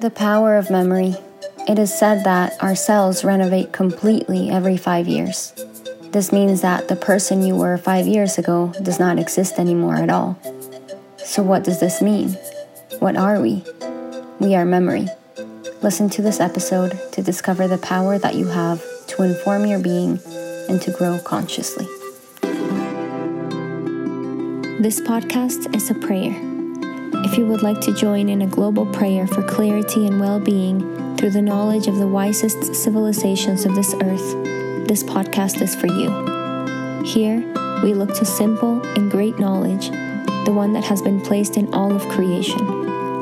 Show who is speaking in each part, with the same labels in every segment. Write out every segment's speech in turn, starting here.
Speaker 1: The power of memory. It is said that our cells renovate completely every five years. This means that the person you were five years ago does not exist anymore at all. So, what does this mean? What are we? We are memory. Listen to this episode to discover the power that you have to inform your being and to grow consciously. This podcast is a prayer. If you would like to join in a global prayer for clarity and well being through the knowledge of the wisest civilizations of this earth, this podcast is for you. Here, we look to simple and great knowledge, the one that has been placed in all of creation,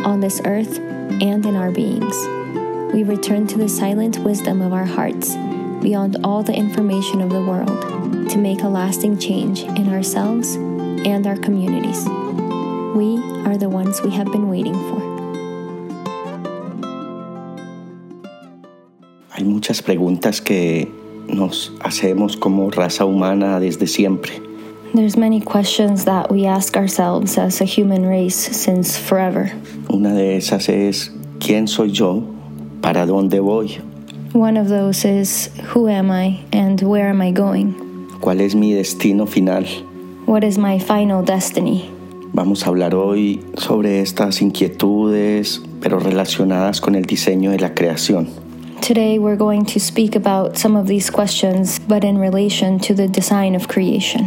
Speaker 1: on this earth, and in our beings. We return to the silent wisdom of our hearts beyond all the information of the world to make a lasting change in ourselves and our communities. We are the ones we have been waiting for.
Speaker 2: Hay muchas preguntas que nos hacemos como raza humana desde siempre.
Speaker 1: There's many questions that we ask ourselves as a human race since forever.
Speaker 2: Una de esas es ¿quién soy yo? ¿Para dónde voy?
Speaker 1: One of those is who am I and where am I going?
Speaker 2: ¿Cuál es mi destino final?
Speaker 1: What is my final destiny?
Speaker 2: Vamos a hablar hoy sobre estas inquietudes, pero relacionadas con el diseño de la creación.
Speaker 1: Today we're going to speak about some of these questions, but in relation to the design of creation.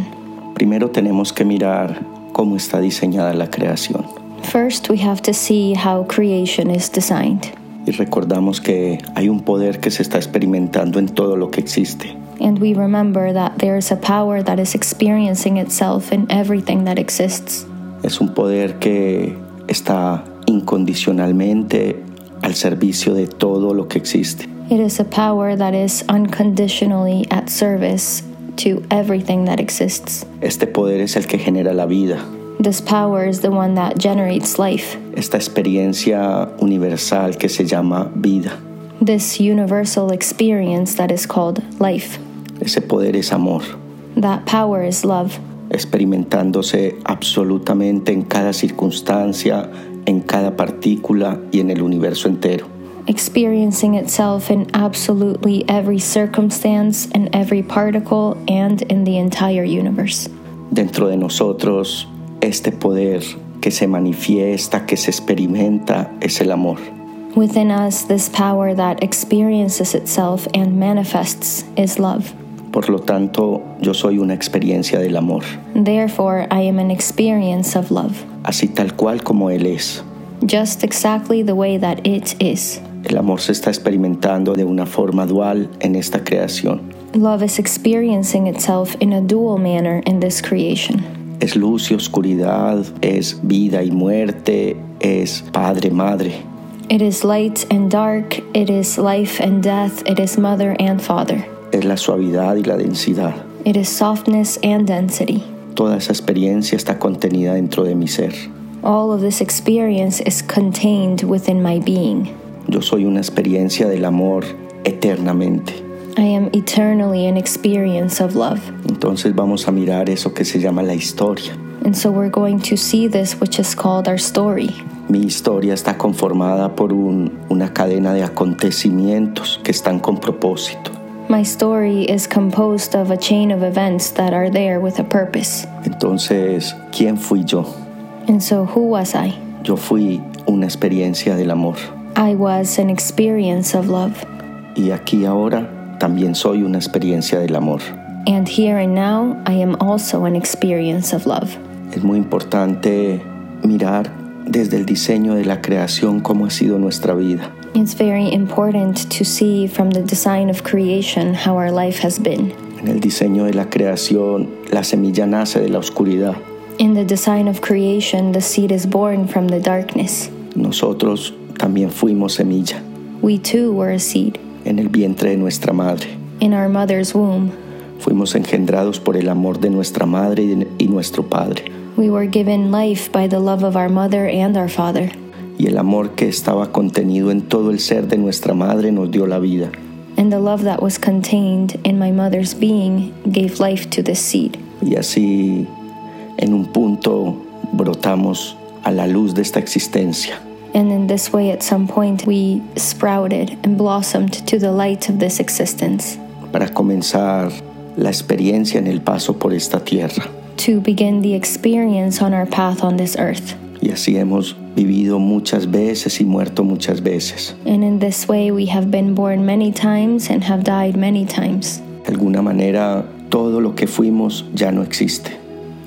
Speaker 2: Primero tenemos que mirar cómo está diseñada la creación.
Speaker 1: First, we have to see how creation is designed.
Speaker 2: Y recordamos que hay un poder que se está experimentando en todo lo que existe.
Speaker 1: And we remember that there is a power that is experiencing itself in everything that exists.
Speaker 2: Es un poder que está incondicionalmente al servicio de todo lo que existe.
Speaker 1: It is a power that is unconditionally at service to everything that exists.
Speaker 2: Este poder es el que genera la vida,
Speaker 1: This power is the one that generates life,
Speaker 2: esta experiencia universal que se llama vida.
Speaker 1: this universal experience that is called life.
Speaker 2: Ese poder es amor,
Speaker 1: That power is love,
Speaker 2: experimentándose absolutamente en cada circunstancia, en cada partícula y en el universo entero.
Speaker 1: experiencing itself in absolutely every circumstance and every particle and in the entire universe.
Speaker 2: Dentro de nosotros, este poder que se manifiesta, que se experimenta, es el amor.
Speaker 1: Within us, this power that experiences itself and manifests is love.
Speaker 2: Por lo tanto, yo soy una experiencia del amor,
Speaker 1: Therefore, I am an experience of love,
Speaker 2: así tal cual como Él es.
Speaker 1: just exactly the way that it is.
Speaker 2: El amor se está experimentando de una forma dual en esta creación.
Speaker 1: Love is experiencing itself in a dual manner in this creation.
Speaker 2: Es luz y oscuridad, es vida y muerte, es padre, madre.
Speaker 1: It is light and dark, it is life and death, it is mother and father,
Speaker 2: Es la suavidad y la densidad.
Speaker 1: it is softness and density.
Speaker 2: Toda esa experiencia está contenida dentro de mi ser.
Speaker 1: All of this experience is contained within my being.
Speaker 2: Yo soy una experiencia del amor eternamente.
Speaker 1: I am eternally an experience of love.
Speaker 2: Entonces vamos a mirar eso que se llama la historia.
Speaker 1: And so we're going to see this, which is called our story.
Speaker 2: Mi historia está conformada por un- una cadena de acontecimientos que están con propósito.
Speaker 1: My story is composed of a chain of events that are there with a purpose.
Speaker 2: Entonces, ¿quién fui yo?
Speaker 1: And so, who was I?
Speaker 2: Yo fui una experiencia del amor.
Speaker 1: I was an experience of love.
Speaker 2: Y aquí ahora también soy una experiencia del amor.
Speaker 1: And here and now, I am also an experience of love.
Speaker 2: Es muy importante mirar desde el diseño de la creación cómo ha sido nuestra vida.
Speaker 1: It's very important to see from the design of creation how our life has been.
Speaker 2: En el diseño de la creación, la semilla nace de la oscuridad.
Speaker 1: In the design of creation, the seed is born from the darkness.
Speaker 2: Nosotros también fuimos semilla
Speaker 1: We too were a seed
Speaker 2: en el vientre de nuestra madre.
Speaker 1: in our mother's womb.
Speaker 2: Fuimos engendrados por el amor de nuestra madre y de- y nuestro padre.
Speaker 1: We were given life by the love of our mother and our father.
Speaker 2: Y el amor que estaba contenido en todo el ser de nuestra madre nos dio la vida.
Speaker 1: And the love that was contained in my mother's being gave life to this seed.
Speaker 2: Y así, en un punto, brotamos a la luz de esta existencia.
Speaker 1: And in this way, at some point, we sprouted and blossomed to the light of this existence
Speaker 2: para comenzar la experiencia en el paso por esta tierra.
Speaker 1: to begin the experience on our path on this earth.
Speaker 2: Y así hemos vivido muchas veces y muerto muchas veces.
Speaker 1: And in this way, we have been born many times and have died many times.
Speaker 2: De alguna manera, todo lo que fuimos ya no existe.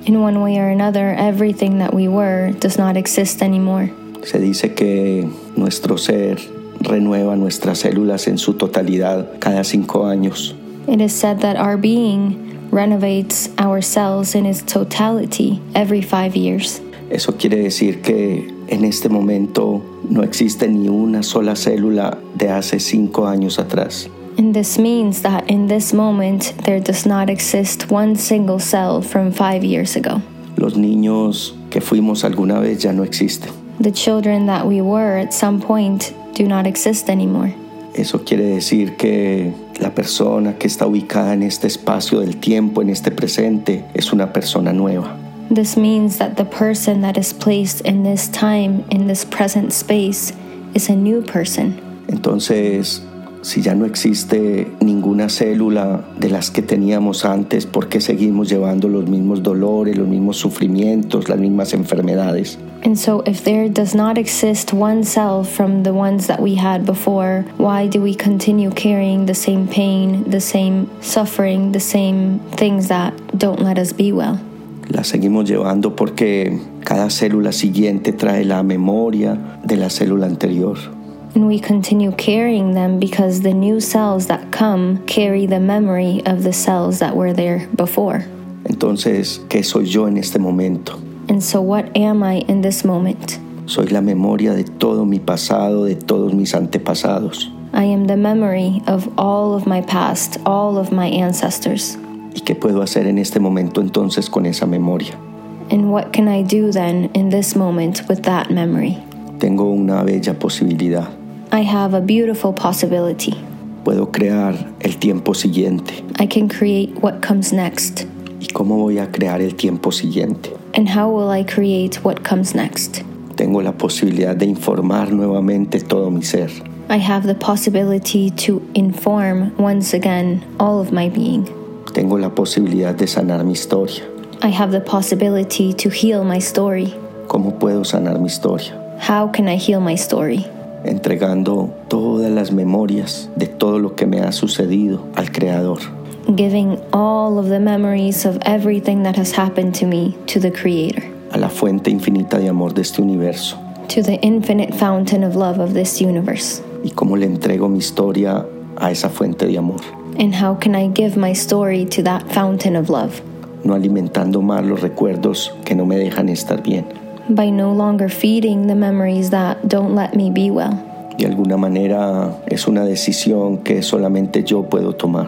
Speaker 1: In one way or another, everything that we were does not exist anymore.
Speaker 2: Se dice que nuestro ser renueva nuestras células en su totalidad cada cinco años.
Speaker 1: It is said that our being renovates our cells in its totality every five years.
Speaker 2: Eso quiere decir que en este momento no existe ni una sola célula de hace cinco años atrás.
Speaker 1: And this means that in this moment, there does not exist one single cell from five years ago.
Speaker 2: Los niños que fuimos alguna vez ya no existen.
Speaker 1: The children that we were at some point do not exist anymore.
Speaker 2: Eso quiere decir que la persona que está ubicada en este espacio del tiempo, en este presente, es una persona nueva.
Speaker 1: This means that the person that is placed in this time, in this present space, is a new person.
Speaker 2: Entonces, si ya no existe ninguna célula de las que teníamos antes, ¿por qué seguimos llevando los mismos dolores, los mismos sufrimientos, las mismas enfermedades?
Speaker 1: And so, if there does not exist one cell from the ones that we had before, why do we continue carrying the same pain, the same suffering, the same things that don't let us be well?
Speaker 2: Las seguimos llevando porque cada célula siguiente trae la memoria de la célula anterior.
Speaker 1: And we continue carrying them because the new cells that come carry the memory of the cells that were there before.
Speaker 2: Entonces, ¿qué soy yo en este momento?
Speaker 1: And so, what am I in this moment?
Speaker 2: Soy la memoria de todo mi pasado, de todos mis antepasados.
Speaker 1: I am the memory of all of my past, all of my ancestors.
Speaker 2: ¿Y qué puedo hacer en este momento entonces con esa memoria?
Speaker 1: And what can I do then in this moment with that memory?
Speaker 2: Tengo una bella posibilidad.
Speaker 1: I have a beautiful possibility.
Speaker 2: Puedo crear el tiempo siguiente.
Speaker 1: I can create what comes next.
Speaker 2: ¿Y cómo voy a crear el tiempo siguiente?
Speaker 1: And how will I create what comes next?
Speaker 2: Tengo la posibilidad de informar nuevamente todo mi ser.
Speaker 1: I have the possibility to inform once again all of my being.
Speaker 2: Tengo la posibilidad de sanar mi historia.
Speaker 1: I have the possibility to heal my story.
Speaker 2: ¿Cómo puedo sanar mi historia?
Speaker 1: How can I heal my story?
Speaker 2: Entregando todas las memorias de todo lo que me ha sucedido al Creador.
Speaker 1: Giving all of the memories of everything that has happened to me to the Creator.
Speaker 2: a la fuente infinita de amor de este universo
Speaker 1: to the infinite fountain of love of this universe?
Speaker 2: y cómo le entrego mi historia a esa fuente de amor,
Speaker 1: And how can I give my story to that fountain of love?
Speaker 2: no alimentando más los recuerdos que no me dejan estar bien.
Speaker 1: By no longer feeding the memories that don't let me be well.
Speaker 2: De alguna manera es una decisión que solamente yo puedo tomar.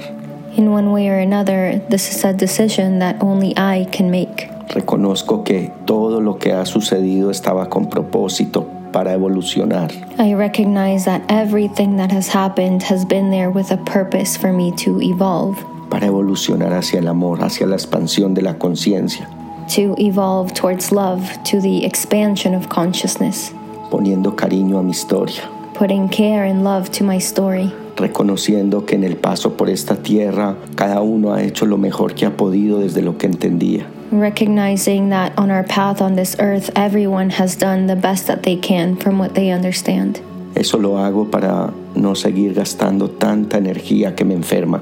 Speaker 1: In one way or another, this is a decision that only I can make.
Speaker 2: Reconozco que todo lo que ha sucedido estaba con propósito para evolucionar.
Speaker 1: I recognize that everything that has happened has been there with a purpose for me to evolve,
Speaker 2: para evolucionar hacia el amor, hacia la expansión de la conciencia,
Speaker 1: to evolve towards love, to the expansion of consciousness,
Speaker 2: poniendo cariño a mi historia,
Speaker 1: putting care and love to my story.
Speaker 2: reconociendo que en el paso por esta tierra cada uno ha hecho lo mejor que ha podido desde lo que entendía,
Speaker 1: recognizing that on our path on this earth, everyone has done the best that they can from what they understand.
Speaker 2: Eso lo hago para no seguir gastando tanta energía que me enferma.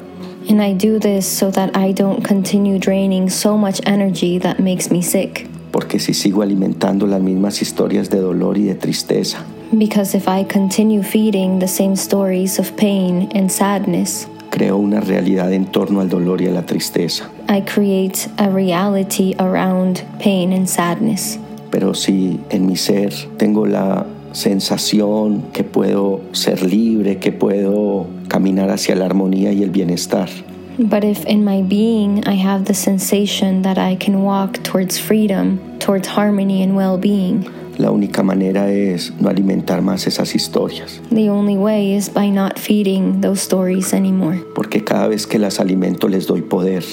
Speaker 1: And I do this so that I don't continue draining so much energy that makes me sick.
Speaker 2: Porque si sigo alimentando las mismas historias de dolor y de tristeza,
Speaker 1: Because if I continue feeding the same stories of pain and sadness,
Speaker 2: creo una realidad en torno al dolor y a la tristeza.
Speaker 1: I create a reality around pain and sadness.
Speaker 2: Pero si en mi ser tengo la sensación que puedo ser libre, que puedo caminar hacia la armonía y el bienestar,
Speaker 1: But if in my being I have the sensation that I can walk towards freedom, towards harmony and well being,
Speaker 2: la única manera es no alimentar más esas historias.
Speaker 1: The only way is by not feeding those stories anymore.
Speaker 2: Porque cada vez que las alimento les doy poder.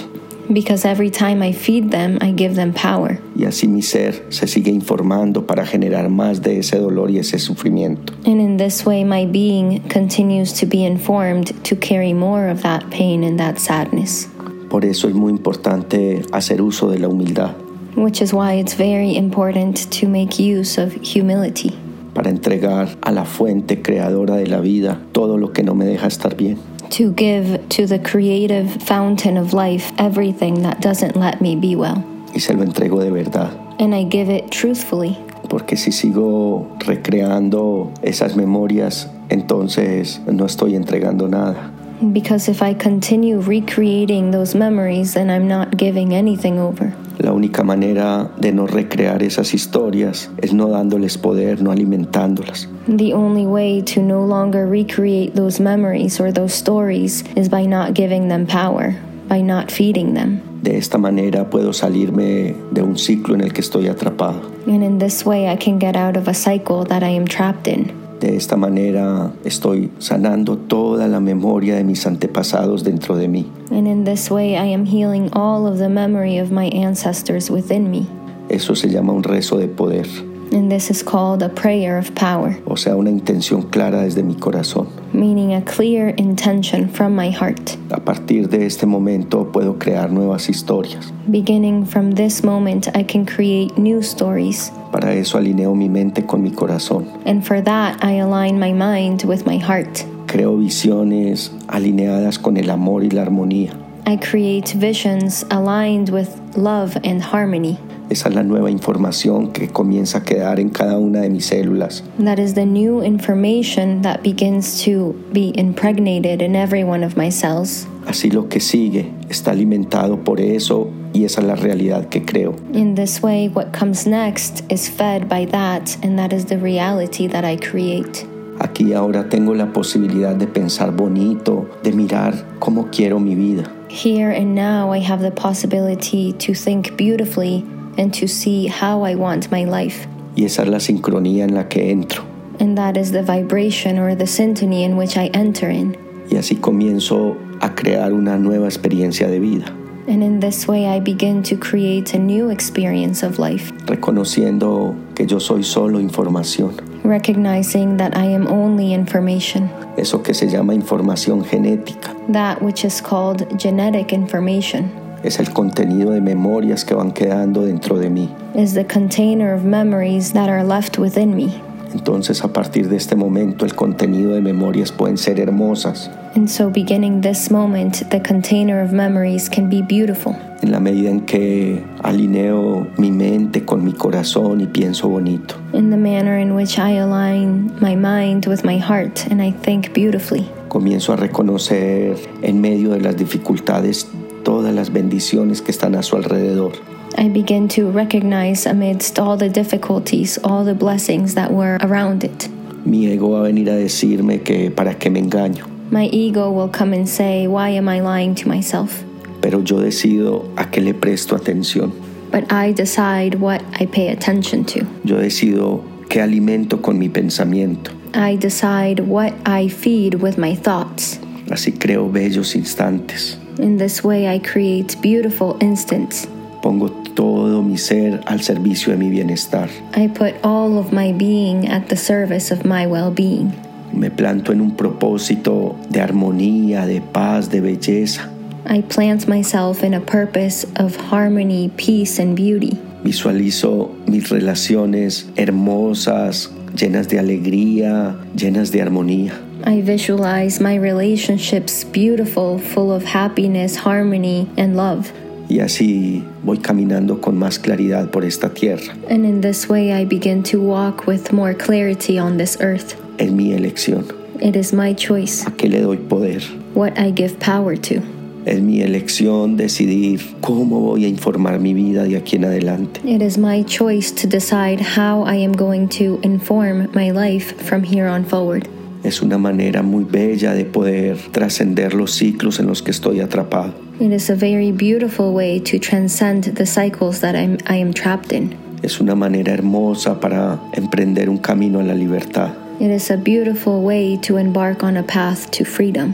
Speaker 1: because every time I feed them, I give them power.
Speaker 2: y así mi ser se sigue informando para generar más de ese dolor y ese sufrimiento.
Speaker 1: And in this way, my being continues to be informed to carry more of that pain and that sadness,
Speaker 2: Por eso es muy importante hacer uso de la humildad
Speaker 1: which is why it's very important to make use of humility.
Speaker 2: para entregar a la fuente creadora de la vida todo lo que no me deja estar bien.
Speaker 1: To give to the creative fountain of life everything that doesn't let me be well.
Speaker 2: Y se lo entrego de verdad.
Speaker 1: And I give it truthfully,
Speaker 2: Porque si sigo recreando esas memorias, entonces no estoy entregando nada.
Speaker 1: because if I continue recreating those memories, then I'm not giving anything over.
Speaker 2: La única manera de no recrear esas historias es no dándoles poder, no alimentándolas.
Speaker 1: The only way to no longer recreate those memories or those stories is by not giving them power, by not feeding them.
Speaker 2: De esta manera puedo salirme de un ciclo en el que estoy atrapado.
Speaker 1: And in this way, I can get out of a cycle that I am trapped in.
Speaker 2: De esta manera estoy sanando toda la memoria de mis antepasados dentro de mí.
Speaker 1: And in this way, I am healing all of the memory of my ancestors within me.
Speaker 2: Eso se llama un rezo de poder,
Speaker 1: And this is called a prayer of power,
Speaker 2: o sea, una intención clara desde mi corazón.
Speaker 1: meaning a clear intention from my heart.
Speaker 2: A partir de este momento puedo crear nuevas historias.
Speaker 1: Beginning from this moment, I can create new stories.
Speaker 2: Para eso alineo mi mente con mi corazón.
Speaker 1: And for that, I align my mind with my heart.
Speaker 2: Creo visiones alineadas con el amor y la armonía.
Speaker 1: I create visions aligned with love and harmony.
Speaker 2: Esa es la nueva información que comienza a quedar en cada una de mis células.
Speaker 1: That is the new information that begins to be impregnated in every one of my cells.
Speaker 2: Así lo que sigue está alimentado por eso y esa es la realidad que creo.
Speaker 1: In this way, what comes next is fed by that, and that is the reality that I create.
Speaker 2: Aquí ahora tengo la posibilidad de pensar bonito, de mirar cómo quiero mi vida.
Speaker 1: Here and now, I have the possibility to think beautifully and to see how I want my life.
Speaker 2: Y esa es la sincronía en la que entro.
Speaker 1: And that is the vibration or the symphony in which I enter in.
Speaker 2: Y así comienzo a crear una nueva experiencia de vida,
Speaker 1: And in this way, I begin to create a new experience of life,
Speaker 2: reconociendo que yo soy solo información.
Speaker 1: recognizing that I am only information,
Speaker 2: Eso que se llama información genética
Speaker 1: that which is called genetic information.
Speaker 2: es el contenido de memorias que van quedando dentro de mí.
Speaker 1: Is the container of memories that are left within me.
Speaker 2: Entonces a partir de este momento el contenido de memorias pueden ser hermosas
Speaker 1: And so, beginning this moment, the container of memories can be beautiful.
Speaker 2: en la medida en que alineo mi mente con mi corazón y pienso bonito.
Speaker 1: In the manner in which I align my mind with my heart and I think beautifully,
Speaker 2: Comienzo a reconocer en medio de las dificultades todas las bendiciones que están a su alrededor.
Speaker 1: I begin to recognize amidst all the difficulties, all the blessings that were around it.
Speaker 2: Mi ego va a venir a decirme que para qué me engaño,
Speaker 1: My ego will come and say, Why am I lying to myself?
Speaker 2: pero yo decido a qué le presto atención.
Speaker 1: But I decide what I pay attention to.
Speaker 2: Yo decido qué alimento con mi pensamiento.
Speaker 1: I decide what I feed with my thoughts.
Speaker 2: Así creo bellos instantes.
Speaker 1: In this way, I create beautiful instants.
Speaker 2: Pongo todo mi ser al servicio de mi bienestar.
Speaker 1: I put all of my being at the service of my well being.
Speaker 2: Me planto en un propósito de armonía, de paz, de belleza.
Speaker 1: I plant myself in a purpose of harmony, peace, and beauty.
Speaker 2: Visualizo mis relaciones hermosas, llenas de alegría, llenas de armonía.
Speaker 1: I visualize my relationships beautiful, full of happiness, harmony, and love.
Speaker 2: Y así voy caminando con más claridad por esta tierra.
Speaker 1: And in this way, I begin to walk with more clarity on this earth.
Speaker 2: Es mi elección.
Speaker 1: It is my choice
Speaker 2: ¿A qué le doy poder?
Speaker 1: what I give power to.
Speaker 2: Es mi elección decidir cómo voy a informar mi vida de aquí en adelante.
Speaker 1: It is my choice to decide how I am going to inform my life from here on forward.
Speaker 2: Es una manera muy bella de poder trascender los ciclos en los que estoy atrapado.
Speaker 1: It is a very beautiful way to transcend the cycles that I'm, I am trapped in.
Speaker 2: Es una manera hermosa para emprender un camino a la libertad.
Speaker 1: It is a beautiful way to embark on a path to freedom.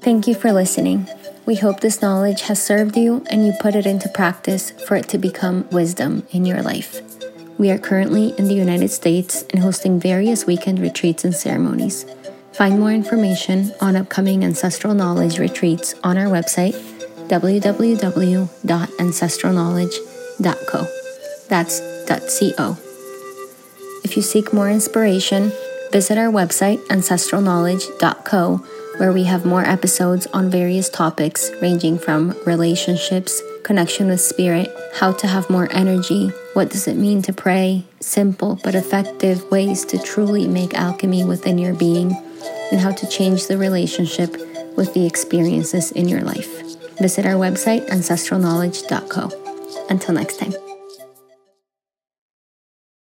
Speaker 1: Thank you for listening. We hope this knowledge has served you and you put it into practice for it to become wisdom in your life. We are currently in the United States and hosting various weekend retreats and ceremonies. Find more information on upcoming ancestral knowledge retreats on our website www.ancestralknowledge.co. That's .co. If you seek more inspiration, visit our website ancestralknowledge.co where we have more episodes on various topics ranging from relationships, connection with spirit, how to have more energy, what does it mean to pray, simple but effective ways to truly make alchemy within your being, and how to change the relationship with the experiences in your life. Visit our website ancestralknowledge.co. Until next time.